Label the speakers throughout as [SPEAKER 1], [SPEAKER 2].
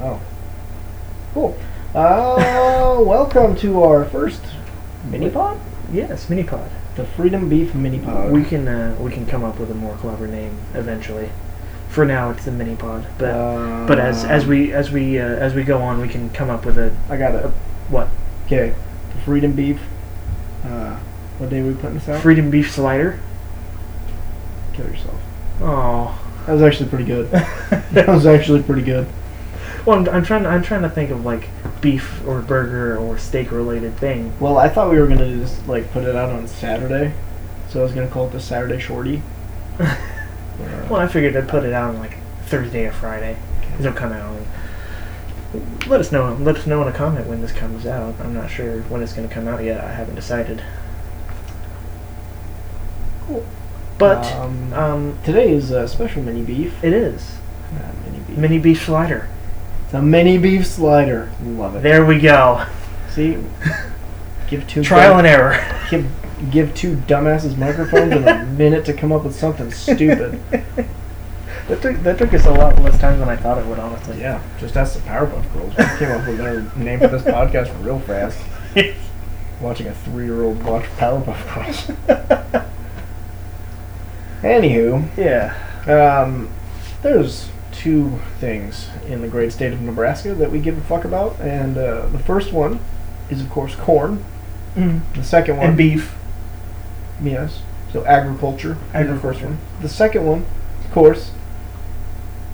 [SPEAKER 1] Oh. Cool. Uh, welcome to our first mini pod?
[SPEAKER 2] Yes, mini pod.
[SPEAKER 1] The Freedom Beef mini pod.
[SPEAKER 2] we can uh, we can come up with a more clever name eventually. For now, it's the mini pod, but
[SPEAKER 1] Uh,
[SPEAKER 2] but as as we as we uh, as we go on, we can come up with a
[SPEAKER 1] I got it.
[SPEAKER 2] what
[SPEAKER 1] Okay. The Freedom Beef. Uh, what day are we putting this out?
[SPEAKER 2] freedom beef slider.
[SPEAKER 1] Kill yourself.
[SPEAKER 2] Oh,
[SPEAKER 1] That was actually pretty good. that
[SPEAKER 2] well,
[SPEAKER 1] was actually pretty good.
[SPEAKER 2] I'm, I'm trying I'm trying to think of like beef or burger or steak related thing.
[SPEAKER 1] Well, I thought we were gonna just like put it out on Saturday, so I was gonna call it the Saturday Shorty. Uh,
[SPEAKER 2] Well, I figured I'd put it out on like Thursday or Friday. It'll come out. and- Let us know. Let us know in a comment when this comes out. I'm not sure when it's going to come out yet. I haven't decided.
[SPEAKER 1] Cool.
[SPEAKER 2] But
[SPEAKER 1] Um,
[SPEAKER 2] um,
[SPEAKER 1] Today is a special mini beef.
[SPEAKER 2] it is
[SPEAKER 1] Uh, mini beef.
[SPEAKER 2] mini beef slider.
[SPEAKER 1] It's a mini beef slider. Love it.
[SPEAKER 2] There we go.
[SPEAKER 1] See, give two
[SPEAKER 2] Trial and error.
[SPEAKER 1] give, give two dumbasses microphones and a minute to come up with something stupid.
[SPEAKER 2] That took that took us a lot less time than I thought it would. Honestly.
[SPEAKER 1] yeah, just ask the Powerpuff Girls. We came up with their name for this podcast real fast. Watching a three-year-old watch Powerpuff Girls. Anywho,
[SPEAKER 2] yeah.
[SPEAKER 1] um, there's two things in the great state of Nebraska that we give a fuck about, and uh, the first one is of course corn.
[SPEAKER 2] Mm.
[SPEAKER 1] The second one
[SPEAKER 2] And beef.
[SPEAKER 1] Yes. So agriculture.
[SPEAKER 2] Agriculture.
[SPEAKER 1] Agriculture. The second one, of course.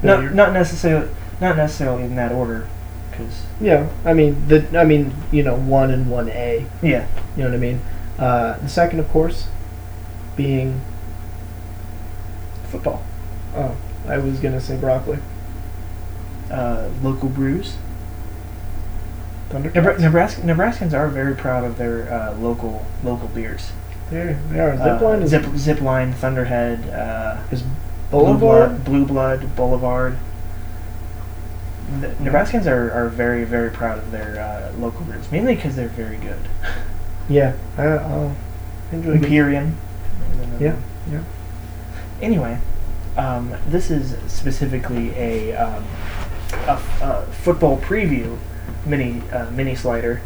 [SPEAKER 2] No,
[SPEAKER 1] you're-
[SPEAKER 2] not necessarily not necessarily in that order, because
[SPEAKER 1] Yeah. I mean the. I mean you know one and one A.
[SPEAKER 2] yeah,
[SPEAKER 1] You know what I mean. Uh, the second, of course, being football. Oh, I was gonna say broccoli.
[SPEAKER 2] uh, local brews. Nebra-
[SPEAKER 1] Thundercats.
[SPEAKER 2] Nebraska, Nebraskans are very proud of their uh, local local beers.
[SPEAKER 1] There they are.
[SPEAKER 2] Uh,
[SPEAKER 1] Zipline is
[SPEAKER 2] zip, Zipline, Thunderhead, uh,
[SPEAKER 1] is
[SPEAKER 2] Blue
[SPEAKER 1] Boulevard.
[SPEAKER 2] Blood- Blue Blood, Boulevard. The, Nebraskans are, are very very proud of their uh, local brews, mainly because they're very good.
[SPEAKER 1] Yeah. I, I'll enjoy. good-
[SPEAKER 2] Imperium.
[SPEAKER 1] Yeah. Yeah.
[SPEAKER 2] Anyway, um, this is specifically a, um, a, a football preview mini uh, mini slider.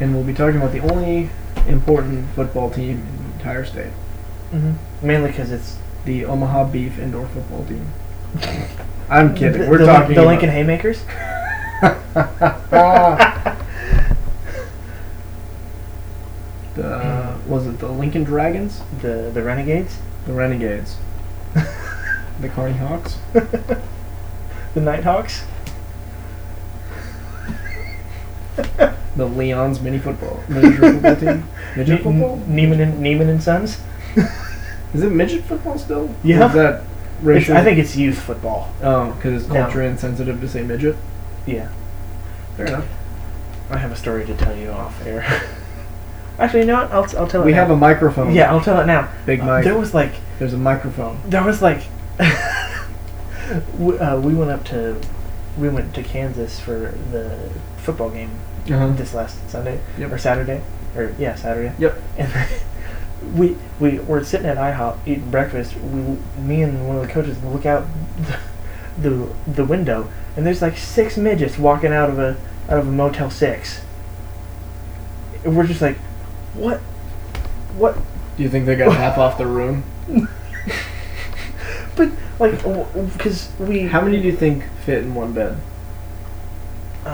[SPEAKER 1] And we'll be talking about the only important football team in the entire state.
[SPEAKER 2] Mm-hmm. Mainly because it's
[SPEAKER 1] the Omaha Beef indoor football team. I'm kidding. We're
[SPEAKER 2] the, the Lin-
[SPEAKER 1] talking
[SPEAKER 2] the
[SPEAKER 1] about-
[SPEAKER 2] Lincoln Haymakers.
[SPEAKER 1] Ah. the was it the Lincoln Dragons,
[SPEAKER 2] The the Renegades,
[SPEAKER 1] the Renegades, the Carney Hawks,
[SPEAKER 2] the Nighthawks.
[SPEAKER 1] the Leon's mini football miniature football team, midget
[SPEAKER 2] Ne-
[SPEAKER 1] football.
[SPEAKER 2] Neiman and Neiman and Sons.
[SPEAKER 1] Is it midget football still?
[SPEAKER 2] Yeah.
[SPEAKER 1] Or Is that
[SPEAKER 2] It's,
[SPEAKER 1] racial?
[SPEAKER 2] I think it's youth football.
[SPEAKER 1] Oh, because it's
[SPEAKER 2] No.
[SPEAKER 1] culture insensitive to say midget.
[SPEAKER 2] Yeah,
[SPEAKER 1] Fair enough.
[SPEAKER 2] I have a story to tell you off air. Actually, you know what? I'll, I'll tell it.
[SPEAKER 1] We
[SPEAKER 2] now.
[SPEAKER 1] have a microphone.
[SPEAKER 2] Oh, Yeah, I'll tell it now.
[SPEAKER 1] Big
[SPEAKER 2] Uh,
[SPEAKER 1] mic.
[SPEAKER 2] there was like
[SPEAKER 1] There's a microphone.
[SPEAKER 2] there was like we, uh, we went up to we went to Kansas for the football game
[SPEAKER 1] Uh-huh.
[SPEAKER 2] this last Sunday
[SPEAKER 1] Yep.
[SPEAKER 2] or Saturday or yeah Saturday.
[SPEAKER 1] Yep.
[SPEAKER 2] And we we were sitting at IHOP eating breakfast. We me and one of the coaches look out the the, the window and there's like six midgets walking out of a out of a Motel Six. And we're just like, what, what
[SPEAKER 1] Do you think they got half off the room?
[SPEAKER 2] But like, because we.
[SPEAKER 1] How many do you think fit in one bed?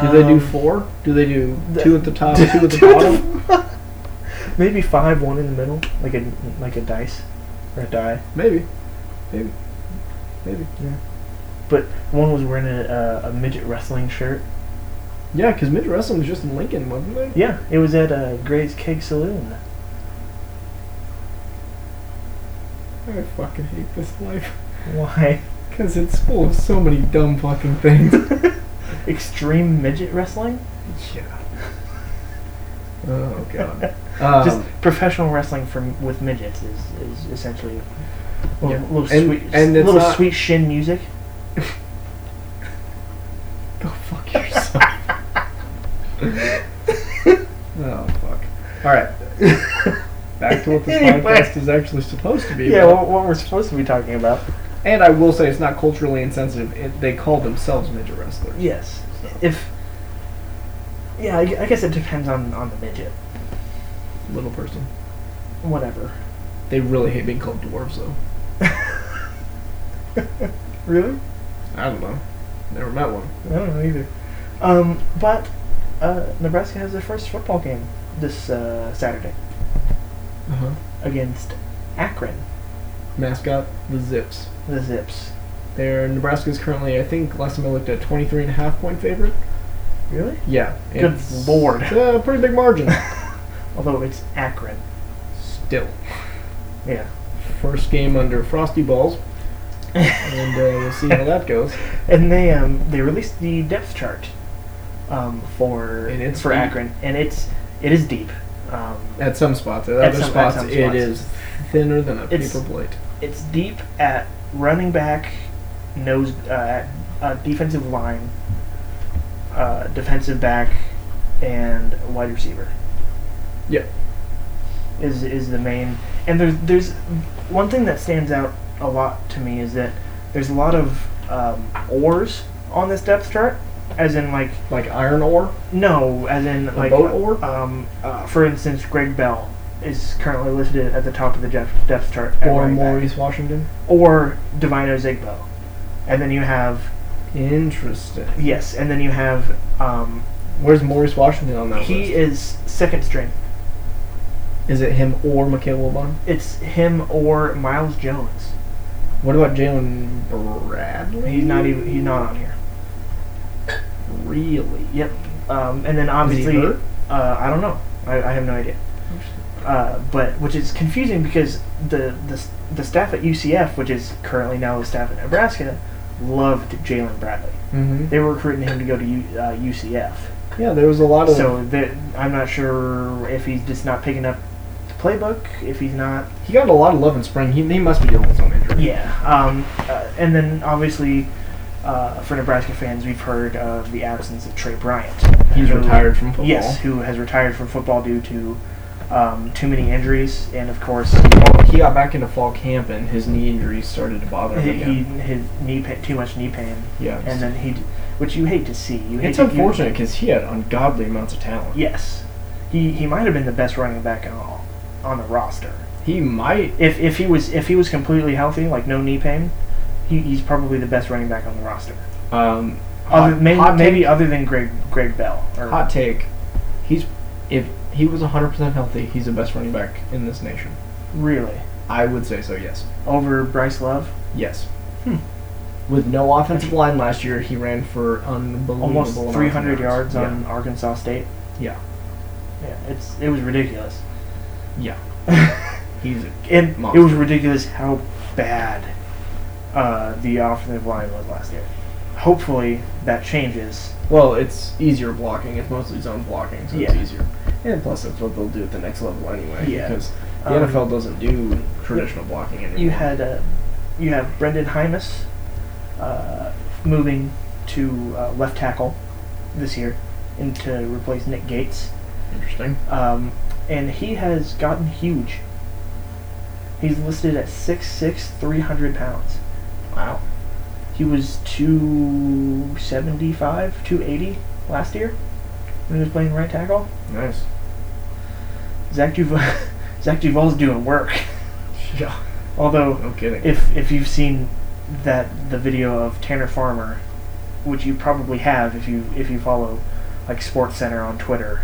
[SPEAKER 1] Do they do
[SPEAKER 2] um,
[SPEAKER 1] four? Do they do
[SPEAKER 2] the-
[SPEAKER 1] two at the top, two at the
[SPEAKER 2] two at
[SPEAKER 1] bottom?
[SPEAKER 2] Maybe five, one in the middle, like a like a dice or a die.
[SPEAKER 1] Maybe. Maybe. Maybe.
[SPEAKER 2] But one was wearing a, a, a midget wrestling shirt.
[SPEAKER 1] Yeah, because mid wrestling was just in Lincoln, wasn't it?
[SPEAKER 2] Yeah, it was at uh, Gray's Keg Saloon.
[SPEAKER 1] I fucking hate this life.
[SPEAKER 2] Why?
[SPEAKER 1] Because it's full of so many dumb fucking things.
[SPEAKER 2] Extreme midget wrestling?
[SPEAKER 1] yeah. Oh, God. Um,
[SPEAKER 2] Just professional wrestling from with midgets is, is essentially. Little,
[SPEAKER 1] Yeah.
[SPEAKER 2] little
[SPEAKER 1] And-
[SPEAKER 2] sweet,
[SPEAKER 1] and it's
[SPEAKER 2] little
[SPEAKER 1] not-
[SPEAKER 2] sweet shin music.
[SPEAKER 1] go fuck yourself. oh, fuck. Alright. Back to what this
[SPEAKER 2] Anyway.
[SPEAKER 1] podcast is actually supposed to be.
[SPEAKER 2] Yeah,
[SPEAKER 1] about.
[SPEAKER 2] what, what we're supposed to be talking about.
[SPEAKER 1] And I will say it's not culturally insensitive. It, they call themselves midget wrestlers.
[SPEAKER 2] Yes.
[SPEAKER 1] So.
[SPEAKER 2] If. Yeah, I, gu- I guess it depends on, on the midget.
[SPEAKER 1] Little person.
[SPEAKER 2] Whatever.
[SPEAKER 1] They really hate being called dwarves, though.
[SPEAKER 2] Really?
[SPEAKER 1] I don't know. Never met one.
[SPEAKER 2] I don't know either. Um, but uh, Nebraska has their first football game this uh, Saturday
[SPEAKER 1] Uh-huh.
[SPEAKER 2] against Akron,
[SPEAKER 1] Mascot, the Zips.
[SPEAKER 2] the Zips.
[SPEAKER 1] They're Nebraska's currently, I think, last time I looked at 23 and a half point favorite.
[SPEAKER 2] Really?
[SPEAKER 1] Yeah.
[SPEAKER 2] Good
[SPEAKER 1] it's-
[SPEAKER 2] lord.
[SPEAKER 1] It's a pretty big margin.
[SPEAKER 2] Although it's Akron.
[SPEAKER 1] Still.
[SPEAKER 2] Yeah.
[SPEAKER 1] First game under Frosty Balls. and uh, we'll see how that goes.
[SPEAKER 2] And they um, they released the depth chart um, for
[SPEAKER 1] And it's
[SPEAKER 2] for
[SPEAKER 1] deep.
[SPEAKER 2] Akron, and it's it is deep. Um,
[SPEAKER 1] At some spots. At,
[SPEAKER 2] At
[SPEAKER 1] other
[SPEAKER 2] some- at
[SPEAKER 1] spots,
[SPEAKER 2] some
[SPEAKER 1] it
[SPEAKER 2] spots.
[SPEAKER 1] is thinner than a
[SPEAKER 2] It's-
[SPEAKER 1] paper plate.
[SPEAKER 2] it's deep at running back, nose, uh, at, uh, defensive line, uh, defensive back, and wide receiver.
[SPEAKER 1] Yeah.
[SPEAKER 2] Is is the main, and there's there's one thing that stands out a lot to me is that there's a lot of um, ores on this depth chart, as in like
[SPEAKER 1] Like iron ore.
[SPEAKER 2] no, as in like
[SPEAKER 1] boat or?
[SPEAKER 2] um, uh, for instance, Greg Bell is currently listed at the top of the depth, depth chart, at
[SPEAKER 1] Or
[SPEAKER 2] running back.
[SPEAKER 1] Maurice Washington.
[SPEAKER 2] or Divino Zigbo, and then you have
[SPEAKER 1] Interesting.
[SPEAKER 2] yes, and then you have um,
[SPEAKER 1] Where's Maurice Washington on that
[SPEAKER 2] he
[SPEAKER 1] list?
[SPEAKER 2] is second string.
[SPEAKER 1] Is it him or Mikhail Wilbon?
[SPEAKER 2] It's him or Miles Jones.
[SPEAKER 1] What about Jalen Bradley?
[SPEAKER 2] He's not even he's not on here.
[SPEAKER 1] really.
[SPEAKER 2] Yep. Um, and then obviously,
[SPEAKER 1] hurt?
[SPEAKER 2] uh, I don't know. I, I have no idea. Uh, but which is confusing because the, the s- the staff at UCF, which is currently now the staff at Nebraska, loved Jalen Bradley.
[SPEAKER 1] hmm
[SPEAKER 2] They were recruiting him to go to U, uh, UCF.
[SPEAKER 1] Yeah, there was a lot of
[SPEAKER 2] So that I'm not sure if he's just not picking up the playbook, if he's not.
[SPEAKER 1] he got a lot of love in spring. He, he must be dealing with some injury.
[SPEAKER 2] Yeah. Um, uh, and then obviously, uh, for Nebraska fans, we've heard of the absence of Trey Bryant.
[SPEAKER 1] He's
[SPEAKER 2] who-
[SPEAKER 1] retired from football.
[SPEAKER 2] Yes, who has retired from football due to um, too many injuries, and of course,
[SPEAKER 1] Well, he got back into fall camp and his knee injury started to bother
[SPEAKER 2] he,
[SPEAKER 1] him
[SPEAKER 2] he
[SPEAKER 1] again.
[SPEAKER 2] his knee pa- too much knee pain,
[SPEAKER 1] yeah,
[SPEAKER 2] and then he, d- which you hate to see. You hate
[SPEAKER 1] it's
[SPEAKER 2] to- you-
[SPEAKER 1] unfortunate because he had ungodly amounts of talent.
[SPEAKER 2] yes, he he might have been the best running back in all on the roster.
[SPEAKER 1] He might.
[SPEAKER 2] if if he was if he was completely healthy, like no knee pain, he, he's probably the best running back on the roster.
[SPEAKER 1] Um,
[SPEAKER 2] Other,
[SPEAKER 1] hot-
[SPEAKER 2] maybe
[SPEAKER 1] hot take-
[SPEAKER 2] maybe other than Greg Greg Bell. Or,
[SPEAKER 1] Hot take. He's if he was 100% healthy, he's the best running back in this nation.
[SPEAKER 2] Really
[SPEAKER 1] I would say so, yes.
[SPEAKER 2] over Bryce Love,
[SPEAKER 1] Yes. Hmm. With no offensive line last year, he ran for unbelievable
[SPEAKER 2] almost
[SPEAKER 1] amounts of
[SPEAKER 2] 300 yards
[SPEAKER 1] Yeah.
[SPEAKER 2] on Arkansas State.
[SPEAKER 1] Yeah.
[SPEAKER 2] Yeah, it's it was ridiculous,
[SPEAKER 1] Yeah. He's a
[SPEAKER 2] and
[SPEAKER 1] Monster.
[SPEAKER 2] it was ridiculous how bad uh, the offensive line was last year. Hopefully that changes.
[SPEAKER 1] Well, it's easier blocking. It's mostly zone blocking, so it's
[SPEAKER 2] Yeah.
[SPEAKER 1] easier. And plus, that's what they'll do at the next level anyway.
[SPEAKER 2] Yeah.
[SPEAKER 1] Because the
[SPEAKER 2] Um,
[SPEAKER 1] NFL doesn't do traditional blocking anymore.
[SPEAKER 2] You had uh, you have Brendan Hymus uh, moving to uh, left tackle this year and to replace Nick Gates,
[SPEAKER 1] interesting.
[SPEAKER 2] um, and he has gotten huge. He's listed at 6'6", 300 pounds.
[SPEAKER 1] Wow.
[SPEAKER 2] He was 275, 280 last year when he was playing right tackle.
[SPEAKER 1] Nice.
[SPEAKER 2] Zach Duval, Zach Duval's doing work.
[SPEAKER 1] Yeah.
[SPEAKER 2] Although
[SPEAKER 1] No kidding.
[SPEAKER 2] if if you've seen that the video of Tanner Farmer, which you probably have if you if you follow like Sports Center on Twitter,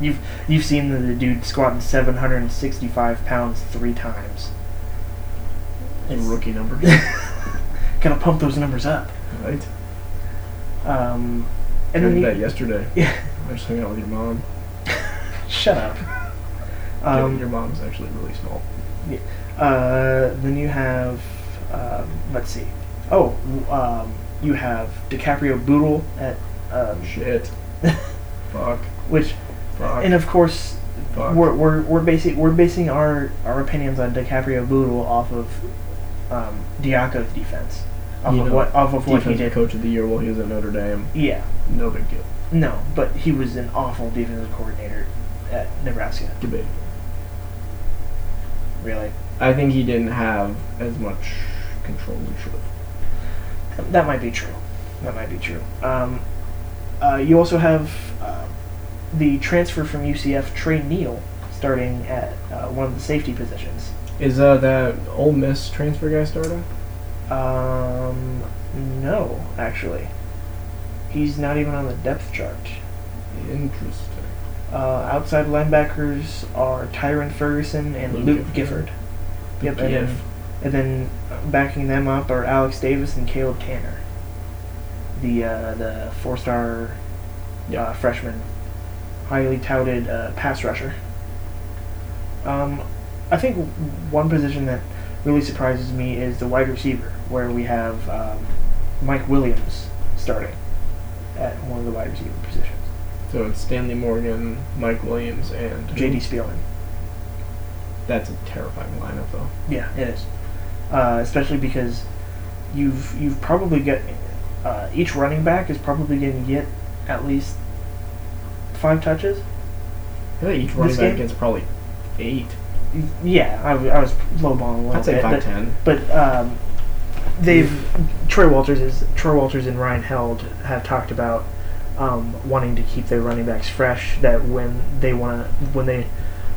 [SPEAKER 2] you've you've seen the, the dude squatting 765 pounds three times. It's
[SPEAKER 1] Rookie numbers,
[SPEAKER 2] gonna pump those numbers up.
[SPEAKER 1] right?
[SPEAKER 2] Um, and
[SPEAKER 1] I
[SPEAKER 2] then
[SPEAKER 1] did
[SPEAKER 2] you,
[SPEAKER 1] that yesterday.
[SPEAKER 2] Yeah.
[SPEAKER 1] I just hung out with your mom.
[SPEAKER 2] shut up.
[SPEAKER 1] Given your
[SPEAKER 2] Um,
[SPEAKER 1] mom's actually really small.
[SPEAKER 2] uh, then you have um, let's see. Oh, um, you have DiCaprio Boodle at um,
[SPEAKER 1] Shit. Fuck.
[SPEAKER 2] which
[SPEAKER 1] Fuck.
[SPEAKER 2] and of course
[SPEAKER 1] fuck.
[SPEAKER 2] we're we're we're basing we're basing our our opinions on DiCaprio Boodle off of um, Diaco's defense, off
[SPEAKER 1] You
[SPEAKER 2] of
[SPEAKER 1] know,
[SPEAKER 2] what off of what he
[SPEAKER 1] Defensive
[SPEAKER 2] did.
[SPEAKER 1] coach of the year while he was at Notre Dame.
[SPEAKER 2] Yeah,
[SPEAKER 1] No big deal.
[SPEAKER 2] no, but he was an awful defensive coordinator at Nebraska.
[SPEAKER 1] Debate.
[SPEAKER 2] Really,
[SPEAKER 1] I think he didn't have as much
[SPEAKER 3] control we should have.
[SPEAKER 2] That might be true. That might be true. Um, uh, you also have uh, the transfer from UCF, Trey Neal, starting at uh, one of the safety positions.
[SPEAKER 1] Is uh, that Ole Miss transfer guy starting?
[SPEAKER 2] Um, no, actually. He's not even on the depth chart.
[SPEAKER 1] Interesting.
[SPEAKER 2] Uh, outside linebackers are Tyron Ferguson and
[SPEAKER 1] Luke
[SPEAKER 2] Luke
[SPEAKER 1] Gifford.
[SPEAKER 2] Gifford. Yep, and then, and then backing them up are Alex Davis and Caleb Tanner, the uh, the four star uh, freshman, highly touted uh, pass rusher. Um, I think one position that really surprises me is the wide receiver, where we have um, Mike Williams starting at one of the wide receiver positions.
[SPEAKER 1] So it's Stanley Morgan, Mike Williams, and
[SPEAKER 2] J.D. Spielman.
[SPEAKER 1] That's a terrifying lineup, though.
[SPEAKER 2] Yeah, it is. Uh, especially because you've you've probably got uh, each running back is probably going to get at least five touches.
[SPEAKER 1] I think each running
[SPEAKER 2] This
[SPEAKER 1] back
[SPEAKER 2] game-
[SPEAKER 1] gets probably eight.
[SPEAKER 2] Y- Yeah, I, w- I was lowballing a little
[SPEAKER 1] I'd say
[SPEAKER 2] bit,
[SPEAKER 1] five Mm-hmm.
[SPEAKER 2] but,
[SPEAKER 1] ten.
[SPEAKER 2] but um, they've Troy Walters is Troy Walters and Ryan Held have talked about um, wanting to keep their running backs fresh. That when they want to when they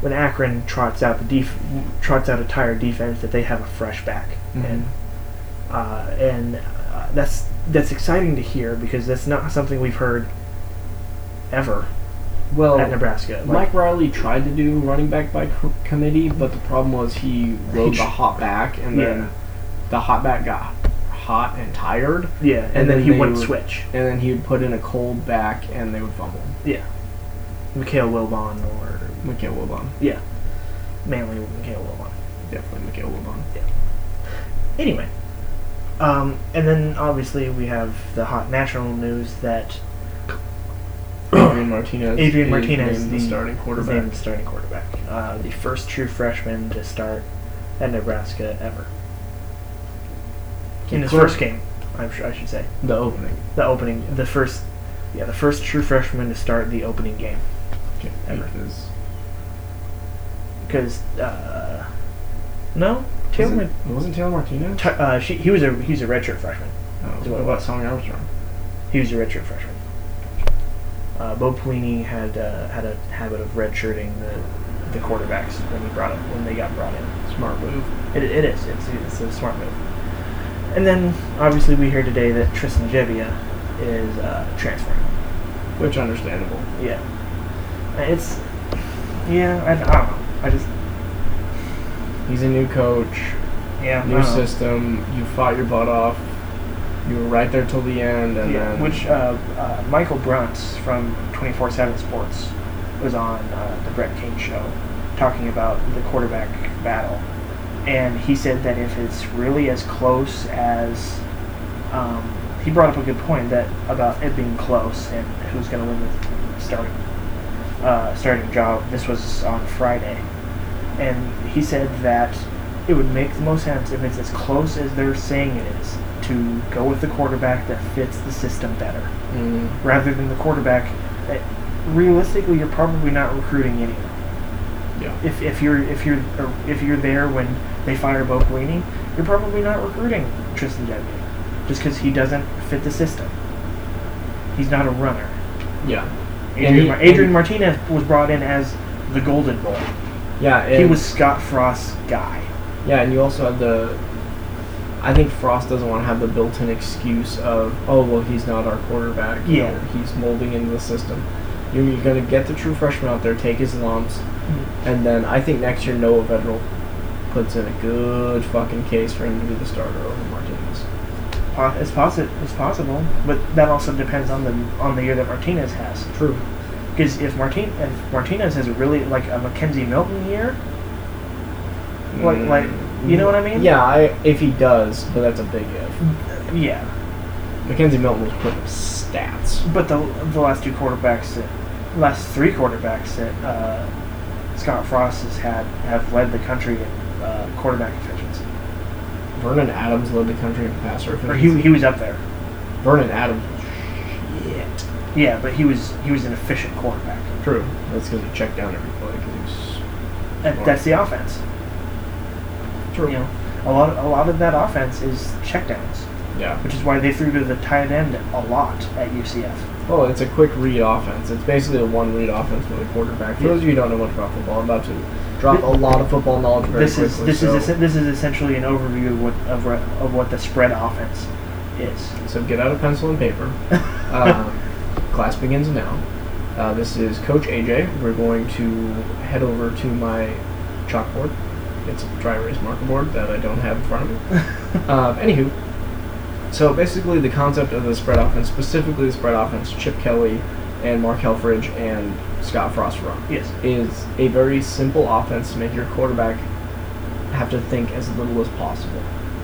[SPEAKER 2] when Akron trots out the def- trots out a tired defense, that they have a fresh back
[SPEAKER 1] Mm-hmm.
[SPEAKER 2] and uh, and uh, that's that's exciting to hear because that's not something we've heard ever
[SPEAKER 1] well,
[SPEAKER 2] at Nebraska. Like,
[SPEAKER 1] Oh, Mike Riley tried to do running back by co- committee, but the problem was he rode
[SPEAKER 2] tr-
[SPEAKER 1] the hot back, and
[SPEAKER 2] Yeah.
[SPEAKER 1] then the hot back got hot and tired,
[SPEAKER 2] yeah, and,
[SPEAKER 1] and
[SPEAKER 2] then,
[SPEAKER 1] then
[SPEAKER 2] he
[SPEAKER 1] they
[SPEAKER 2] wouldn't
[SPEAKER 1] would-
[SPEAKER 2] switch.
[SPEAKER 1] and then he would put in a cold back, and they would fumble.
[SPEAKER 2] Mikhail Wilbon or
[SPEAKER 1] Mikhail Wilbon,
[SPEAKER 2] Manly Mikhail Wilbon.
[SPEAKER 1] definitely Mikhail Wilbon.
[SPEAKER 2] Anyway, um, and then obviously we have the hot national news that
[SPEAKER 1] Adrian Martinez.
[SPEAKER 2] Adrian
[SPEAKER 1] is
[SPEAKER 2] Martinez,
[SPEAKER 1] named
[SPEAKER 2] the-
[SPEAKER 1] the starting quarterback.
[SPEAKER 2] named starting quarterback, uh, the first true freshman to start at Nebraska ever in his
[SPEAKER 1] Cor-
[SPEAKER 2] first game. I'm sure I should say.
[SPEAKER 1] The opening.
[SPEAKER 2] the opening the first yeah the first true freshman to start the opening game
[SPEAKER 1] Okay.
[SPEAKER 2] Ever.
[SPEAKER 1] Because
[SPEAKER 2] because uh, no Taylor
[SPEAKER 1] Wasn't, wasn't Taylor Martinez?
[SPEAKER 2] T- uh, she, he was a he's a redshirt freshman
[SPEAKER 1] Oh,
[SPEAKER 2] Is
[SPEAKER 1] what
[SPEAKER 2] it what-
[SPEAKER 1] about Song Armstrong?
[SPEAKER 2] he was a redshirt freshman uh, Bo Pelini had uh, had a habit of redshirting the the quarterbacks when he brought up when they got brought in
[SPEAKER 1] Smart move.
[SPEAKER 2] It, it is. It's, it's a smart move. And then, obviously, we hear today that Tristan Jebbia is uh, transferring.
[SPEAKER 1] Which understandable.
[SPEAKER 2] Yeah. Uh, It's. Yeah, I, I don't know. I just.
[SPEAKER 1] He's a new coach,
[SPEAKER 2] Yeah. uh, I
[SPEAKER 1] new
[SPEAKER 2] don't know.
[SPEAKER 1] system. You fought your butt off. You were right there till the end, and
[SPEAKER 2] Yeah,
[SPEAKER 1] then
[SPEAKER 2] which uh, uh, Michael Bruntz from 24/7 Sports was on uh, the Brett King show talking about the quarterback battle, and he said that if it's really as close as um, he brought up a good point that about it being close and who's going to win the starting uh, starting job. This was on Friday, and he said that it would make the most sense if it's as close as they're saying it is to go with the quarterback that fits the system better,
[SPEAKER 1] Mm,
[SPEAKER 2] rather than the quarterback that realistically you're probably not recruiting anyone.
[SPEAKER 1] yeah,
[SPEAKER 2] If, if you're if you're or if you're there when they fire Bo Pelini, you're probably not recruiting Tristan Debbie just because he doesn't fit the system. He's not a runner.
[SPEAKER 1] yeah, And
[SPEAKER 2] Adrian,
[SPEAKER 1] he-
[SPEAKER 2] Mar- Adrian
[SPEAKER 1] and-
[SPEAKER 2] Martinez was brought in as the Golden Boy.
[SPEAKER 1] yeah. And,
[SPEAKER 2] He was Scott Frost's guy.
[SPEAKER 1] yeah, and you also had the. I think Frost doesn't want to have the built-in excuse of, oh well, he's not our quarterback. you
[SPEAKER 2] Yeah.
[SPEAKER 1] know, he's molding into the system. You're, you're going to get the true freshman out there, take his lumps, and then I think next year Noah Vedral puts in a good fucking case for him to be the starter over Martinez.
[SPEAKER 2] Po- It's, possi- it's possible, but that also depends on the on the year that Martinez has.
[SPEAKER 1] True.
[SPEAKER 2] Because if Martin if Martinez has a really like a Mackenzie Milton year, like like you know what I mean?
[SPEAKER 1] Yeah, I, if he does, but that's a big if.
[SPEAKER 2] yeah.
[SPEAKER 1] Mackenzie Milton was putting up stats.
[SPEAKER 2] But the the last two quarterbacks that last three quarterbacks that uh, Scott Frost has had have led the country in uh, quarterback efficiency.
[SPEAKER 1] Vernon Adams led the country in passer
[SPEAKER 2] Or he,
[SPEAKER 1] efficiency.
[SPEAKER 2] he was up there.
[SPEAKER 1] Vernon Adams. Shit.
[SPEAKER 2] Yeah, but he was he was an efficient quarterback.
[SPEAKER 1] True. That's because he checked down every play. 'cause he was-
[SPEAKER 2] That, that's the offense.
[SPEAKER 1] True.
[SPEAKER 2] You know, a lot a lot of that offense is checkdowns,
[SPEAKER 1] Yeah.
[SPEAKER 2] which is why they threw to the tight end a lot at UCF.
[SPEAKER 1] Well, Oh, it's a quick read offense. It's basically a one read offense with a quarterback. For those of you who don't know much about football, I'm about to drop a lot of football knowledge very
[SPEAKER 2] this is
[SPEAKER 1] quickly,
[SPEAKER 2] this
[SPEAKER 1] so,
[SPEAKER 2] is essen- this is essentially an overview of what of, re- of what the spread offense is.
[SPEAKER 1] so get out a pencil and paper. um, class begins now. Uh, this is Coach AJ. We're going to head over to my chalkboard. It's a dry erase marker board that I don't have in front of me. um, anywho, so basically the concept of the spread offense, specifically the spread offense, Chip Kelly and Mark Helfrich and Scott Frost run.
[SPEAKER 2] yes.
[SPEAKER 1] is a very simple offense to make your quarterback have to think as little as possible.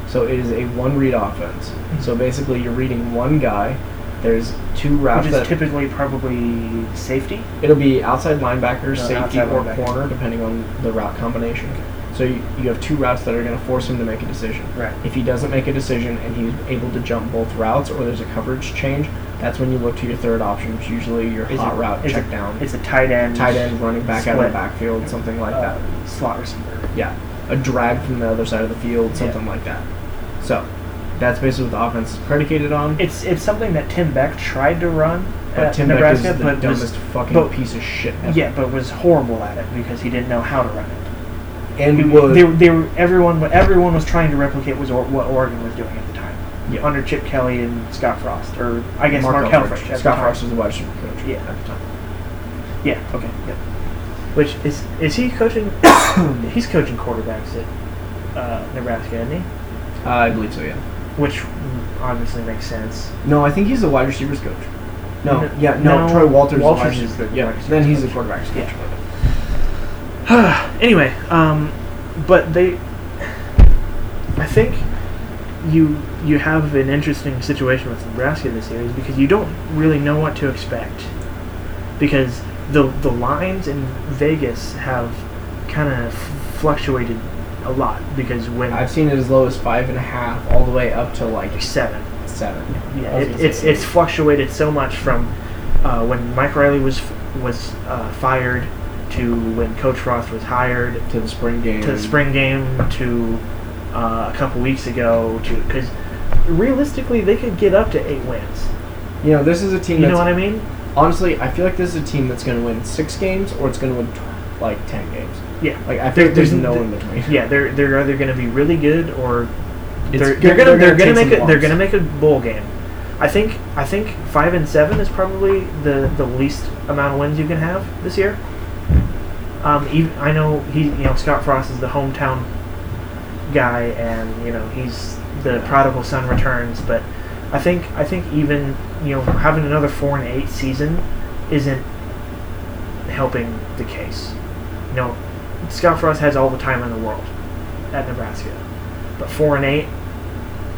[SPEAKER 1] So it is a one read offense. So basically, you're reading one guy. There's two routes
[SPEAKER 2] Hmm. Which is
[SPEAKER 1] that
[SPEAKER 2] typically probably safety.
[SPEAKER 1] it'll be outside linebacker,
[SPEAKER 2] No,
[SPEAKER 1] safety,
[SPEAKER 2] outside
[SPEAKER 1] or
[SPEAKER 2] linebacker.
[SPEAKER 1] corner, depending on the route combination. So you, you have two routes that are going to force him to make a decision.
[SPEAKER 2] Right.
[SPEAKER 1] If he doesn't make a decision and he's able to jump both routes, or there's a coverage change, that's when you look to your third option, which is usually your
[SPEAKER 2] Is
[SPEAKER 1] hot
[SPEAKER 2] it-
[SPEAKER 1] route,
[SPEAKER 2] is
[SPEAKER 1] check
[SPEAKER 2] it-
[SPEAKER 1] down,
[SPEAKER 2] It's a tight end.
[SPEAKER 1] tight end, running back out of
[SPEAKER 2] split.
[SPEAKER 1] the backfield, something like that.
[SPEAKER 2] uh, slot receiver.
[SPEAKER 1] yeah, a drag from the other side of the field, something
[SPEAKER 2] Yeah.
[SPEAKER 1] like that. So that's basically what the offense is predicated on.
[SPEAKER 2] It's it's something that Tim Beck tried to run
[SPEAKER 1] but
[SPEAKER 2] at
[SPEAKER 1] Tim Beck is
[SPEAKER 2] uh, Nebraska,
[SPEAKER 1] the
[SPEAKER 2] but
[SPEAKER 1] dumbest
[SPEAKER 2] was,
[SPEAKER 1] fucking
[SPEAKER 2] but-
[SPEAKER 1] piece of shit. Ever.
[SPEAKER 2] yeah, but was horrible at it because he didn't know how to run it.
[SPEAKER 1] and
[SPEAKER 2] They-
[SPEAKER 1] was
[SPEAKER 2] They, were- they were everyone. What everyone was trying to replicate was or, what Oregon was doing at the time
[SPEAKER 1] yeah,
[SPEAKER 2] under Chip Kelly and Scott Frost, or I guess Mark,
[SPEAKER 1] Helfrich.
[SPEAKER 2] Helfrich. at the
[SPEAKER 1] Scott
[SPEAKER 2] time.
[SPEAKER 1] Frost was the wide receiver coach.
[SPEAKER 2] Yeah.
[SPEAKER 1] at the time.
[SPEAKER 2] Yeah. Okay. Yep. Which is is he coaching? he's coaching quarterbacks at uh, Nebraska, isn't he?
[SPEAKER 1] Uh, I believe so. Yeah.
[SPEAKER 2] Which mm, obviously makes sense.
[SPEAKER 1] No, I think he's the wide receivers coach. No,
[SPEAKER 2] No,
[SPEAKER 1] yeah, no,
[SPEAKER 2] no,
[SPEAKER 1] Troy Walters, is
[SPEAKER 2] Walters
[SPEAKER 1] the wide
[SPEAKER 2] is the
[SPEAKER 1] receiver. Yeah,
[SPEAKER 2] wide
[SPEAKER 1] then he's the
[SPEAKER 2] receivers
[SPEAKER 1] quarterbacks coach.
[SPEAKER 2] Yeah. anyway, um, but they, I think you you have an interesting situation with Nebraska this year is because you don't really know what to expect because the the lines in Vegas have kind of fluctuated a lot because when
[SPEAKER 1] I've seen it as low as five and a half, all the way up to like
[SPEAKER 2] seven
[SPEAKER 1] seven.
[SPEAKER 2] yeah,
[SPEAKER 1] I was
[SPEAKER 2] it,
[SPEAKER 1] gonna
[SPEAKER 2] it's
[SPEAKER 1] say
[SPEAKER 2] it's fluctuated so much from uh, when Mike Riley was was uh, fired to when Coach Frost was hired
[SPEAKER 1] to the spring game.
[SPEAKER 2] to the spring game to uh, a couple weeks ago to because realistically they could get up to eight wins.
[SPEAKER 1] You know, this is a team.
[SPEAKER 2] You
[SPEAKER 1] that's
[SPEAKER 2] know what I mean?
[SPEAKER 1] honestly, I feel like this is a team that's going to win six games or it's going to win tw- like ten games.
[SPEAKER 2] Yeah.
[SPEAKER 1] Like I think there's,
[SPEAKER 2] there's-
[SPEAKER 1] no
[SPEAKER 2] there-
[SPEAKER 1] in between.
[SPEAKER 2] Yeah, they're they're either going to be really good or
[SPEAKER 1] It's
[SPEAKER 2] they're,
[SPEAKER 1] good-
[SPEAKER 2] they're gonna they're gonna
[SPEAKER 1] take
[SPEAKER 2] make
[SPEAKER 1] some
[SPEAKER 2] a, they're
[SPEAKER 1] lumps.
[SPEAKER 2] gonna make a bowl game. I think I think five and seven is probably the, the least amount of wins you can have this year. Um, even, I know he you know Scott Frost is the hometown guy and you know he's the prodigal son returns, but I think I think even you know having another four and eight season isn't helping the case. You know, Scott Frost has all the time in the world at Nebraska, but four and eight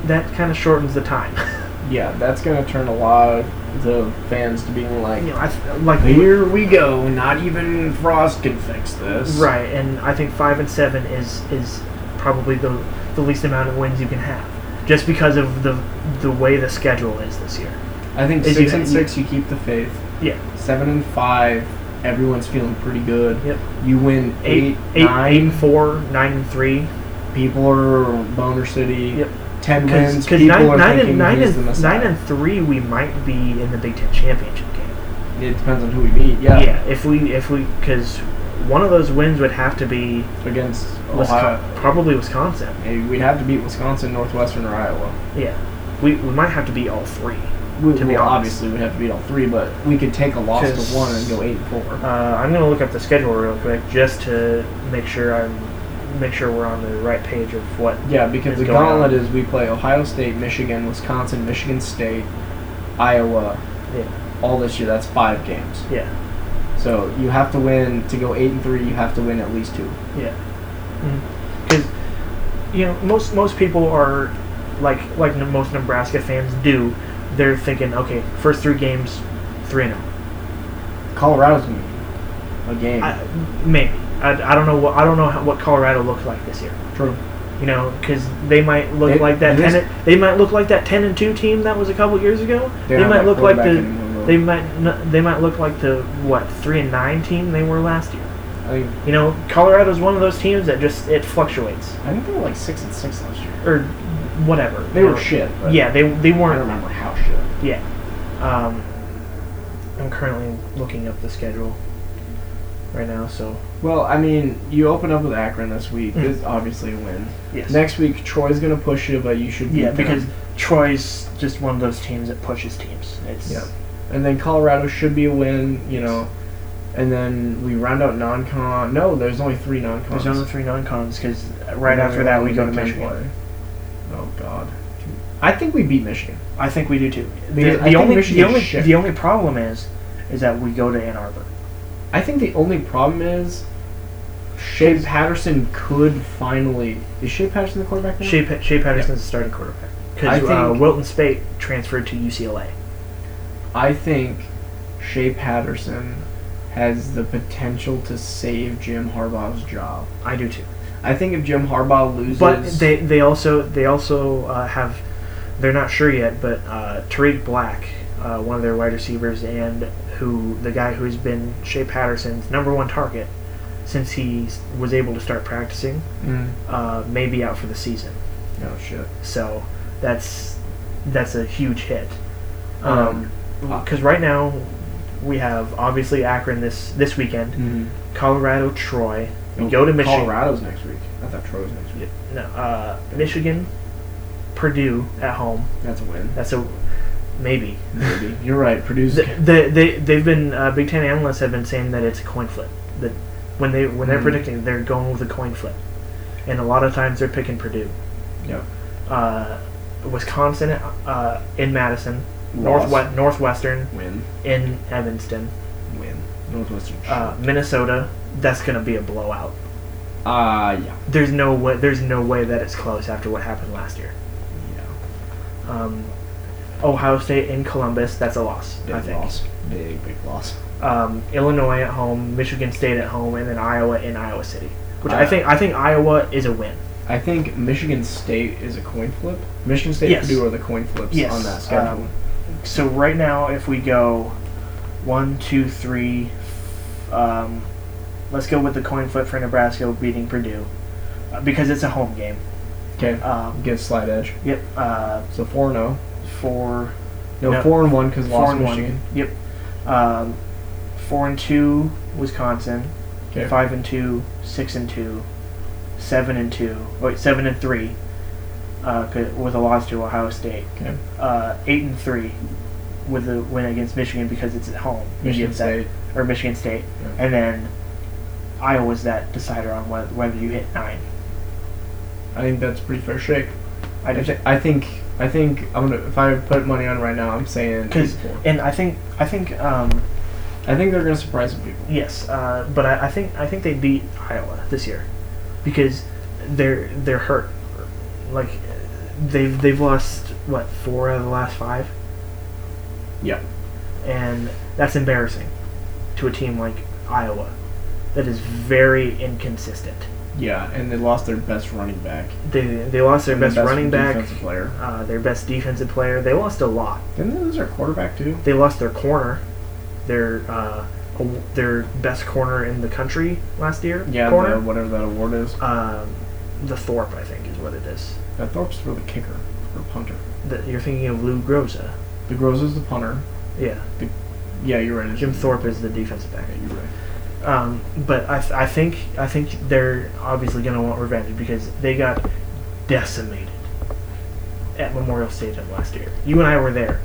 [SPEAKER 2] that kind of shortens the time.
[SPEAKER 1] Yeah, that's going to turn a lot of the fans to being like,
[SPEAKER 2] you know, I th- like
[SPEAKER 1] here we go. Not even Frost can fix this.
[SPEAKER 2] right, and I think five and seven is is probably the the least amount of wins you can have, just because of the the way the schedule is this year.
[SPEAKER 1] I think
[SPEAKER 2] Is
[SPEAKER 1] six
[SPEAKER 2] you-
[SPEAKER 1] and six, you keep the faith.
[SPEAKER 2] Yeah.
[SPEAKER 1] Seven and five, everyone's feeling pretty good.
[SPEAKER 2] Yep.
[SPEAKER 1] You win eight,
[SPEAKER 2] Eight, eight,
[SPEAKER 1] nine.
[SPEAKER 2] eight and four, nine and three.
[SPEAKER 1] People are boner city.
[SPEAKER 2] Yep.
[SPEAKER 1] Ten wins.
[SPEAKER 2] Because
[SPEAKER 1] People
[SPEAKER 2] nine,
[SPEAKER 1] are
[SPEAKER 2] nine
[SPEAKER 1] thinking
[SPEAKER 2] and nine
[SPEAKER 1] he's the
[SPEAKER 2] and
[SPEAKER 1] Messiah.
[SPEAKER 2] nine and three, we might be in the Big Ten championship game.
[SPEAKER 1] It depends on who we beat.
[SPEAKER 2] Yeah, if we if we because one of those wins would have to be
[SPEAKER 1] Against Ohio,
[SPEAKER 2] Wisconsin, probably Wisconsin.
[SPEAKER 1] Hey, We'd have to beat Wisconsin, Northwestern, or Iowa.
[SPEAKER 2] Yeah, we we might have to be all three.
[SPEAKER 1] We,
[SPEAKER 2] To be
[SPEAKER 1] well,
[SPEAKER 2] honest.
[SPEAKER 1] obviously, we'd have to beat all three, but we could take a loss
[SPEAKER 2] Because-
[SPEAKER 1] to one and go eight and four.
[SPEAKER 2] Uh, I'm gonna look up the schedule real quick just to make sure I'm make sure we're on the right page of what.
[SPEAKER 1] yeah, because
[SPEAKER 2] is
[SPEAKER 1] the
[SPEAKER 2] going
[SPEAKER 1] gauntlet
[SPEAKER 2] on.
[SPEAKER 1] is we play Ohio State, Michigan, Wisconsin, Michigan State, Iowa.
[SPEAKER 2] Yeah,
[SPEAKER 1] All this year, that's five games.
[SPEAKER 2] yeah,
[SPEAKER 1] So you have to win to go eight and three. You have to win at least two.
[SPEAKER 2] yeah. Because you know most most people are like like n- most Nebraska fans do. They're thinking, okay, first three games, three and zero.
[SPEAKER 1] Colorado's gonna be a game.
[SPEAKER 2] I- Maybe I, I don't know what I don't know how, what Colorado looked like this year.
[SPEAKER 1] True.
[SPEAKER 2] You know, because they might look
[SPEAKER 1] They-
[SPEAKER 2] like that
[SPEAKER 1] this-
[SPEAKER 2] ten. and- they might look like that ten and two team that was a couple years ago.
[SPEAKER 1] They
[SPEAKER 2] They
[SPEAKER 1] don't
[SPEAKER 2] might
[SPEAKER 1] have
[SPEAKER 2] look like
[SPEAKER 1] quarterback
[SPEAKER 2] the.
[SPEAKER 1] anymore, though.
[SPEAKER 2] They might. n- They might look like the what three and nine team they were last year.
[SPEAKER 1] I mean,
[SPEAKER 2] You know, Colorado's one of those teams that just it fluctuates
[SPEAKER 1] I think they were like six and six last year.
[SPEAKER 2] or whatever.
[SPEAKER 1] They were shit. But
[SPEAKER 2] Yeah, they they
[SPEAKER 1] I
[SPEAKER 2] weren't.
[SPEAKER 1] don't remember how shit.
[SPEAKER 2] Yeah. Um, I'm currently looking up the schedule right now, so
[SPEAKER 1] Well, I mean, you open up with Akron this week.
[SPEAKER 2] Mm.
[SPEAKER 1] It's obviously a win.
[SPEAKER 2] yes.
[SPEAKER 1] Next week, Troy's gonna push you, but you should. beat
[SPEAKER 2] yeah,
[SPEAKER 1] them.
[SPEAKER 2] because Troy's just one of those teams that pushes teams. It's
[SPEAKER 1] Yeah. and then Colorado should be a win. You know, and then we round out non-con. No, there's only three non-cons.
[SPEAKER 2] there's only three non-cons because right after that we go to Michigan.
[SPEAKER 1] Oh God, I think we beat Michigan.
[SPEAKER 2] I think we do too. The,
[SPEAKER 1] Because I
[SPEAKER 2] the
[SPEAKER 1] think
[SPEAKER 2] only the
[SPEAKER 1] Michigan's
[SPEAKER 2] only
[SPEAKER 1] shit.
[SPEAKER 2] the only problem is is that we go to Ann Arbor.
[SPEAKER 1] I think the only problem is. Shea Patterson could finally. Is Shea Patterson the quarterback now?
[SPEAKER 2] Shea, Pa- Shea Patterson's the starting quarterback
[SPEAKER 1] I
[SPEAKER 2] because
[SPEAKER 1] think-
[SPEAKER 2] uh, Wilton Spate transferred to UCLA.
[SPEAKER 1] I think Shea Patterson has the potential to save Jim Harbaugh's job.
[SPEAKER 2] I do too.
[SPEAKER 1] I think if Jim Harbaugh loses,
[SPEAKER 2] But they they also they also uh, have they're not sure yet, but uh, Tariq Black, uh, one of their wide receivers, and who the guy who's been Shea Patterson's number one target since he s- was able to start practicing,
[SPEAKER 1] Mm.
[SPEAKER 2] uh, may be out for the season.
[SPEAKER 1] oh shit.
[SPEAKER 2] So that's that's a huge hit.
[SPEAKER 1] Um,
[SPEAKER 2] Um, because right now we have obviously Akron this this weekend,
[SPEAKER 1] Mm.
[SPEAKER 2] Colorado, Troy. We go to Michigan.
[SPEAKER 1] Colorado's next week. I thought Troy was next week.
[SPEAKER 2] No, uh, Michigan, Purdue at home.
[SPEAKER 1] That's a win.
[SPEAKER 2] That's a maybe.
[SPEAKER 1] Maybe you're right. Purdue's
[SPEAKER 2] The, the, they they've been uh, Big Ten analysts have been saying that it's a coin flip. That when they when they're
[SPEAKER 1] Mm.
[SPEAKER 2] predicting, they're going with a coin flip, and a lot of times they're picking Purdue.
[SPEAKER 1] Yep.
[SPEAKER 2] Uh, Wisconsin uh, in Madison,
[SPEAKER 1] Lost.
[SPEAKER 2] Northwest Northwestern
[SPEAKER 1] win.
[SPEAKER 2] in Evanston,
[SPEAKER 1] Win. Northwestern.
[SPEAKER 2] uh, Minnesota. That's gonna be a blowout.
[SPEAKER 1] Ah, yeah.
[SPEAKER 2] There's no way. There's no way that it's close after what happened last year.
[SPEAKER 1] Yeah.
[SPEAKER 2] Um, Ohio State in Columbus. That's a loss. I
[SPEAKER 1] Big
[SPEAKER 2] think.
[SPEAKER 1] loss. Big big loss.
[SPEAKER 2] um, Illinois at home, Michigan State at home, and then Iowa in Iowa City. Which I
[SPEAKER 1] Uh,
[SPEAKER 2] think I think Iowa is a win.
[SPEAKER 1] I think Michigan State is a coin flip. Michigan State and
[SPEAKER 2] Yes.
[SPEAKER 1] Purdue are the coin flips
[SPEAKER 2] Yes,
[SPEAKER 1] on that schedule.
[SPEAKER 2] um, So right now, if we go one, two, three, um, let's go with the coin flip for Nebraska beating Purdue uh, because it's a home game.
[SPEAKER 1] Okay.
[SPEAKER 2] Um,
[SPEAKER 1] Give slight edge.
[SPEAKER 2] yep, uh,
[SPEAKER 1] So four and oh. zero.
[SPEAKER 2] four,
[SPEAKER 1] No,
[SPEAKER 2] No.
[SPEAKER 1] four and one because
[SPEAKER 2] four
[SPEAKER 1] lost
[SPEAKER 2] and
[SPEAKER 1] Michigan.
[SPEAKER 2] one. Yep, um, four and two, Wisconsin.
[SPEAKER 1] Okay.
[SPEAKER 2] five and two, six and two, seven and two, wait, seven and three, uh, co- with a loss to Ohio State.
[SPEAKER 1] Okay.
[SPEAKER 2] Uh, eight and three, with a win against Michigan because it's at home.
[SPEAKER 1] Michigan
[SPEAKER 2] Against that-
[SPEAKER 1] State.
[SPEAKER 2] or Michigan State,
[SPEAKER 1] Yeah.
[SPEAKER 2] and then Iowa's that decider on whether, whether you hit nine.
[SPEAKER 1] I think that's a pretty fair shake.
[SPEAKER 2] I
[SPEAKER 1] I,
[SPEAKER 2] just,
[SPEAKER 1] thi- I think I think I'm gonna if I put money on right now I'm saying
[SPEAKER 2] Because-
[SPEAKER 1] eight, four.
[SPEAKER 2] and I think I think um,
[SPEAKER 1] I think they're gonna surprise some people.
[SPEAKER 2] yes, uh, but I, I think I think they beat Iowa this year because they're they're hurt. Like they've they've lost what four out of the last five.
[SPEAKER 1] Yeah.
[SPEAKER 2] and that's embarrassing to a team like Iowa that is very inconsistent.
[SPEAKER 1] Yeah, and they lost their best running back.
[SPEAKER 2] They they lost their
[SPEAKER 1] and the
[SPEAKER 2] best, running back,
[SPEAKER 1] defensive player.
[SPEAKER 2] uh, their best defensive player. They lost a lot.
[SPEAKER 1] Didn't they lose their quarterback too?
[SPEAKER 2] They lost their corner, their uh, aw- their best corner in the country last year.
[SPEAKER 1] Yeah, the,
[SPEAKER 2] corner.
[SPEAKER 1] whatever that award is.
[SPEAKER 2] um, the Thorpe, I think, is what it is.
[SPEAKER 1] That Thorpe's for the kicker or punter.
[SPEAKER 2] The, you're thinking of Lou Groza.
[SPEAKER 1] The Groves is the punter.
[SPEAKER 2] Yeah,
[SPEAKER 1] Yeah, you're right. it's-
[SPEAKER 2] Jim Thorpe is the defensive back.
[SPEAKER 1] Yeah, you're right.
[SPEAKER 2] Um, but I, th- I think I think they're obviously going to want revenge because they got decimated at Memorial Stadium last year. You and I were there.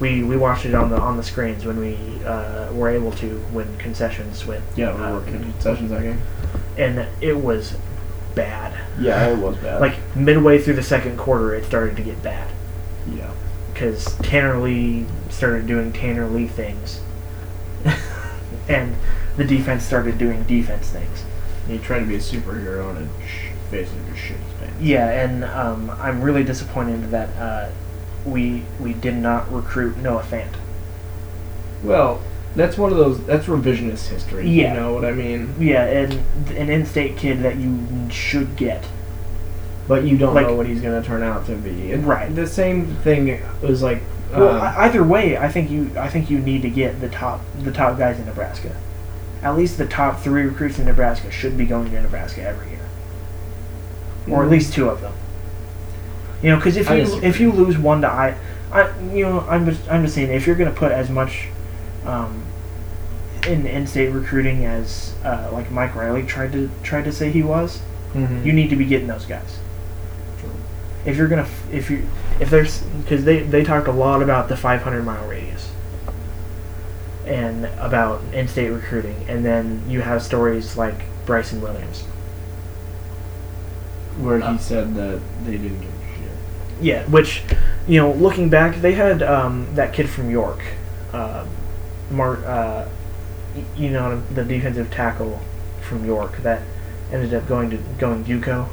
[SPEAKER 2] We we watched it on the on the screens when we uh, were able to when concessions went.
[SPEAKER 1] Yeah, we're
[SPEAKER 2] uh,
[SPEAKER 1] working sessions that game.
[SPEAKER 2] and it was bad.
[SPEAKER 1] Yeah, it was bad.
[SPEAKER 2] Like midway through the second quarter, it started to get bad
[SPEAKER 1] yeah,
[SPEAKER 2] because Tanner Lee started doing Tanner Lee things, and the defense started doing defense things.
[SPEAKER 1] he tried to be a superhero and it sh- basically just shit his pants.
[SPEAKER 2] Yeah, and um, I'm really disappointed that uh, we we did not recruit Noah Fant.
[SPEAKER 1] Well, that's one of those. That's revisionist history.
[SPEAKER 2] Yeah.
[SPEAKER 1] you know what I mean.
[SPEAKER 2] Yeah, and th- an in-state kid that you should get.
[SPEAKER 1] but you don't
[SPEAKER 2] Like-
[SPEAKER 1] know what he's going to turn out to be. And
[SPEAKER 2] Right.
[SPEAKER 1] The same thing was like.
[SPEAKER 2] Well,
[SPEAKER 1] uh,
[SPEAKER 2] e, I either way, I think you I think you need to get the top the top guys in Nebraska. at least the top three recruits in Nebraska should be going to Nebraska every year, or at
[SPEAKER 1] Mhm.
[SPEAKER 2] least two of them. You know, because if
[SPEAKER 1] I
[SPEAKER 2] you
[SPEAKER 1] disagree.
[SPEAKER 2] if you lose one to I, I you know I'm just I'm just saying if you're gonna put as much, um, in in-state recruiting as uh, like Mike Riley tried to tried to say he was,
[SPEAKER 1] Mm-hmm.
[SPEAKER 2] you need to be getting those guys. If you're gonna, f- if you, if there's, because they they talked a lot about the 500 mile radius, and about in-state recruiting, and then you have stories like Bryson Williams.
[SPEAKER 1] Where
[SPEAKER 2] Uh.
[SPEAKER 1] he said that they didn't give a shit.
[SPEAKER 2] Yeah, which, you know, looking back, they had um, that kid from York, uh, Mar- uh, y- you know, the defensive tackle from York that ended up going to going JUCO.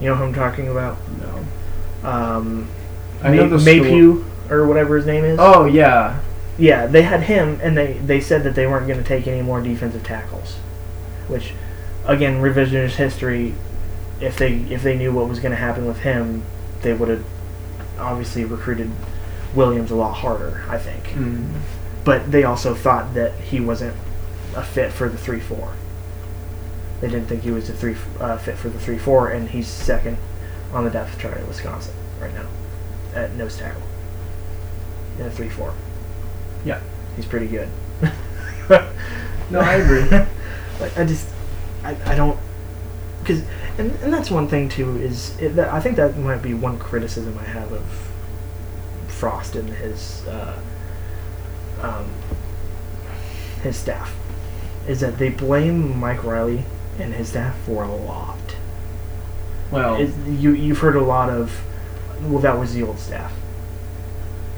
[SPEAKER 2] You know who I'm talking about?
[SPEAKER 1] No.
[SPEAKER 2] Um,
[SPEAKER 1] I know the
[SPEAKER 2] May-
[SPEAKER 1] story-
[SPEAKER 2] Maypew or whatever his name is.
[SPEAKER 1] Oh yeah.
[SPEAKER 2] Yeah, they had him, and they, they said that they weren't going to take any more defensive tackles, which, again, revisionist history. If they if they knew what was going to happen with him, they would have obviously recruited Williams a lot harder. I think,
[SPEAKER 1] Mm.
[SPEAKER 2] but they also thought that he wasn't a fit for the three four. They didn't think he was a three uh, fit for the three four, and he's second on the depth chart at Wisconsin right now at nose tackle in a three four.
[SPEAKER 1] Yeah.
[SPEAKER 2] he's pretty good.
[SPEAKER 1] No, I agree.
[SPEAKER 2] Like, I just, I, I don't, because, and, and that's one thing too is it, that I think that might be one criticism I have of Frost and his, uh, um, his staff, is that they blame Mike Riley and his staff for a lot.
[SPEAKER 1] well,
[SPEAKER 2] Is- you you've heard a lot of, well, that was the old staff.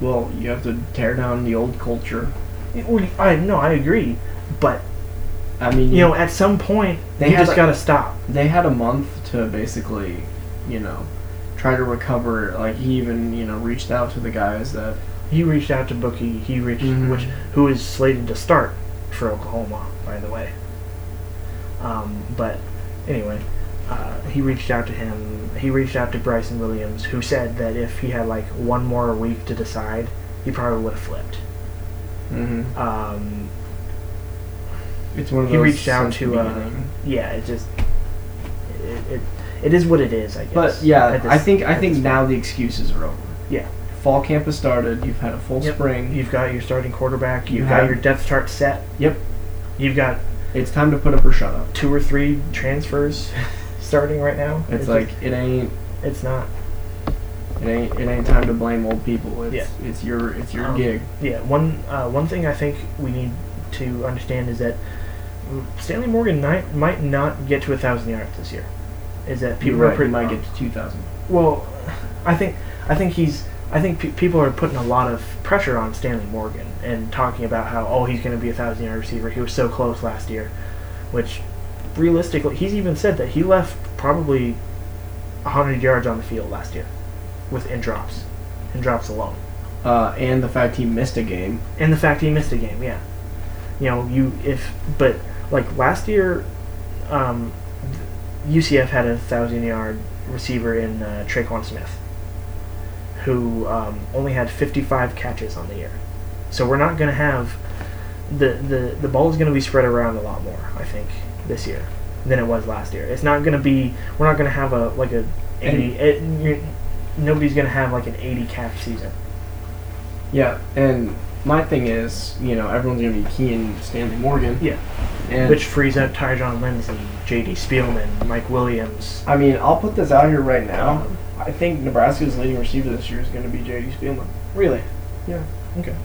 [SPEAKER 1] well, you have to tear down the old culture.
[SPEAKER 2] Well, I no, I agree, but
[SPEAKER 1] I mean,
[SPEAKER 2] you know, at some point
[SPEAKER 1] They
[SPEAKER 2] you
[SPEAKER 1] had
[SPEAKER 2] just
[SPEAKER 1] a-
[SPEAKER 2] gotta stop.
[SPEAKER 1] they had a month to basically, you know, try to recover. Like he even, you know, reached out to the guys that
[SPEAKER 2] He reached out to Bookie. He reached,
[SPEAKER 1] Mhm.
[SPEAKER 2] which who is slated to start for Oklahoma, by the way. Um, but anyway, uh, he reached out to him. He reached out to Bryson Williams, who said that if he had like one more week to decide, he probably would have flipped. Um,
[SPEAKER 1] it's one of
[SPEAKER 2] He
[SPEAKER 1] those
[SPEAKER 2] reached out
[SPEAKER 1] since
[SPEAKER 2] to,
[SPEAKER 1] the
[SPEAKER 2] uh,
[SPEAKER 1] beginning.
[SPEAKER 2] yeah, it just it, it it is what it is, I guess.
[SPEAKER 1] But yeah,
[SPEAKER 2] at
[SPEAKER 1] I
[SPEAKER 2] this-
[SPEAKER 1] think I
[SPEAKER 2] at
[SPEAKER 1] think
[SPEAKER 2] this
[SPEAKER 1] now the excuses are over.
[SPEAKER 2] Yeah.
[SPEAKER 1] Fall camp has started. You've had a full
[SPEAKER 2] Yep.
[SPEAKER 1] spring.
[SPEAKER 2] point. you've got your starting quarterback, you've
[SPEAKER 1] You
[SPEAKER 2] got
[SPEAKER 1] have-
[SPEAKER 2] your depth chart set.
[SPEAKER 1] Yep.
[SPEAKER 2] You've got
[SPEAKER 1] It's time to put up or shut up.
[SPEAKER 2] two or three transfers starting right now.
[SPEAKER 1] It's,
[SPEAKER 2] just-
[SPEAKER 1] like it ain't
[SPEAKER 2] it's not.
[SPEAKER 1] it ain't it ain't time to blame old people. It's
[SPEAKER 2] Yeah.
[SPEAKER 1] it's your it's your
[SPEAKER 2] Um,
[SPEAKER 1] gig.
[SPEAKER 2] Yeah, one uh, one thing I think we need to understand is that mm, Stanley Morgan might, might not get to a thousand yards this year. Is that people
[SPEAKER 1] People right, Uh,
[SPEAKER 2] are pretty
[SPEAKER 1] might get to two thousand.
[SPEAKER 2] well? I think I think he's I think pe- people are putting a lot of pressure on Stanley Morgan and talking about how oh he's going to be a thousand yard receiver. He was so close last year, which realistically he's even said that he left probably hundred yards on the field last year with in drops, in drops alone.
[SPEAKER 1] Uh, and the fact he missed a game.
[SPEAKER 2] and the fact he missed a game. Yeah, you know, you if but like last year, um, UCF had a thousand yard receiver in uh, Traquan Smith, who um, only had fifty five catches on the year. So we're not going to have the the the ball is going to be spread around a lot more. I think this year than it was last year. It's not going to be. We're not going to have a like a eighty. It, you nobody's going to have like an eighty catch season.
[SPEAKER 1] Yeah, and my thing is, you know, everyone's gonna be keying Stanley Morgan.
[SPEAKER 2] Yeah.
[SPEAKER 1] and
[SPEAKER 2] which frees up Tyjon Lindsey, J.D. Spielman, Mike Williams. Um,
[SPEAKER 1] I mean, I'll put this out here right now. I think Nebraska's leading receiver this year is going to be J.D. Spielman.
[SPEAKER 2] Really?
[SPEAKER 1] Yeah.
[SPEAKER 2] Okay.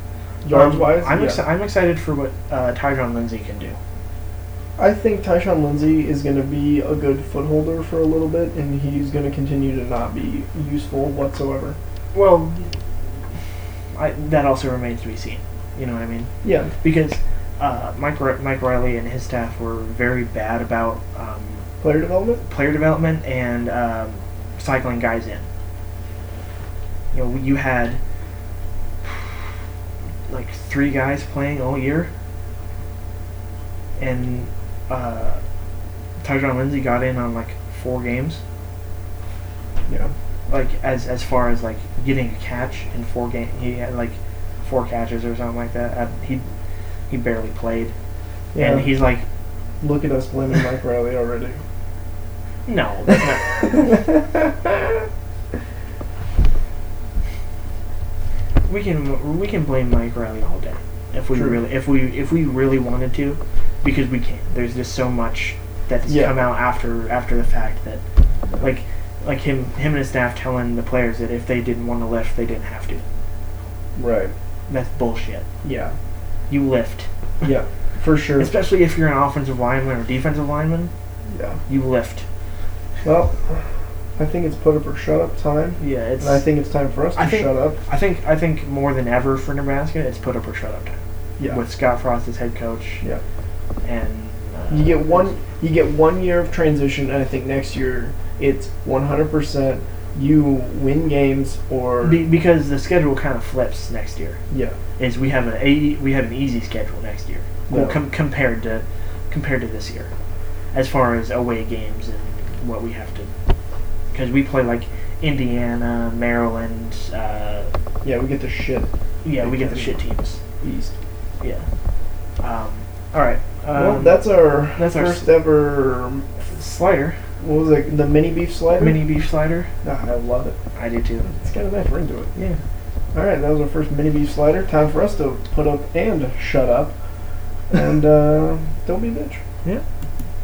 [SPEAKER 1] Yards
[SPEAKER 2] Um,
[SPEAKER 1] wise,
[SPEAKER 2] I'm,
[SPEAKER 1] yeah.
[SPEAKER 2] exci- I'm excited for what uh, Tyjon Lindsey can do.
[SPEAKER 1] I think Tyshawn Lindsey is going to be a good footholder for a little bit, and he's going to continue to not be useful whatsoever.
[SPEAKER 2] Well, I, that also remains to be seen. You know what I mean?
[SPEAKER 1] Yeah,
[SPEAKER 2] Because uh, Mike Ri- Mike Riley and his staff were very bad about um,
[SPEAKER 1] player development.
[SPEAKER 2] player development and um, cycling guys in. You know, you had like three guys playing all year, and uh, Tyjon Lindsey got in on like four games.
[SPEAKER 1] Yeah,
[SPEAKER 2] Like as as far as like getting a catch in four Uh, game, he had like four catches or something like that. I, he he barely played. And he's like,
[SPEAKER 1] Look at us blaming Mike Riley already.
[SPEAKER 2] no, that's not. we can we can blame Mike Riley all day if we
[SPEAKER 1] True.
[SPEAKER 2] really if we if we really wanted to, because we can. There's just so much that's
[SPEAKER 1] Yeah.
[SPEAKER 2] come out after after the fact that, like, like him him and his staff telling the players that if they didn't want to lift, they didn't have to.
[SPEAKER 1] Right.
[SPEAKER 2] That's bullshit.
[SPEAKER 1] Yeah.
[SPEAKER 2] You lift,
[SPEAKER 1] Yeah. For sure.
[SPEAKER 2] especially if you're an offensive lineman or defensive lineman.
[SPEAKER 1] Yeah.
[SPEAKER 2] You lift.
[SPEAKER 1] Well, I think it's put up or shut up time,
[SPEAKER 2] Yeah, it's.
[SPEAKER 1] and I think it's time for us to
[SPEAKER 2] I think-
[SPEAKER 1] shut up.
[SPEAKER 2] I think I think more than ever for Nebraska, it's put up or shut up time
[SPEAKER 1] Yeah.
[SPEAKER 2] with Scott Frost as head coach.
[SPEAKER 1] Yeah.
[SPEAKER 2] and uh,
[SPEAKER 1] You get one. You get one year of transition, and I think next year it's 100. percent You win games, or
[SPEAKER 2] Be- because the schedule kind of flips next year.
[SPEAKER 1] yeah,
[SPEAKER 2] Is we have an a we have an easy schedule next year well,
[SPEAKER 1] Yeah.
[SPEAKER 2] com- compared to compared to this year, as far as away games and what we have to because we play like Indiana, Maryland. Uh,
[SPEAKER 1] yeah, we get the shit
[SPEAKER 2] yeah, we get the shit teams.
[SPEAKER 1] east.
[SPEAKER 2] Yeah. Um, all right. Um,
[SPEAKER 1] well, that's our
[SPEAKER 2] that's our
[SPEAKER 1] first ever.
[SPEAKER 2] slider,
[SPEAKER 1] What was it? The mini beef slider.
[SPEAKER 2] mini beef slider.
[SPEAKER 1] Ah, I love it.
[SPEAKER 2] I do too.
[SPEAKER 1] It's got a nice ring to it.
[SPEAKER 2] Yeah.
[SPEAKER 1] All right, that was our first mini beef slider. Time for us to put up and shut up, and uh, don't be a bitch.
[SPEAKER 2] Yeah.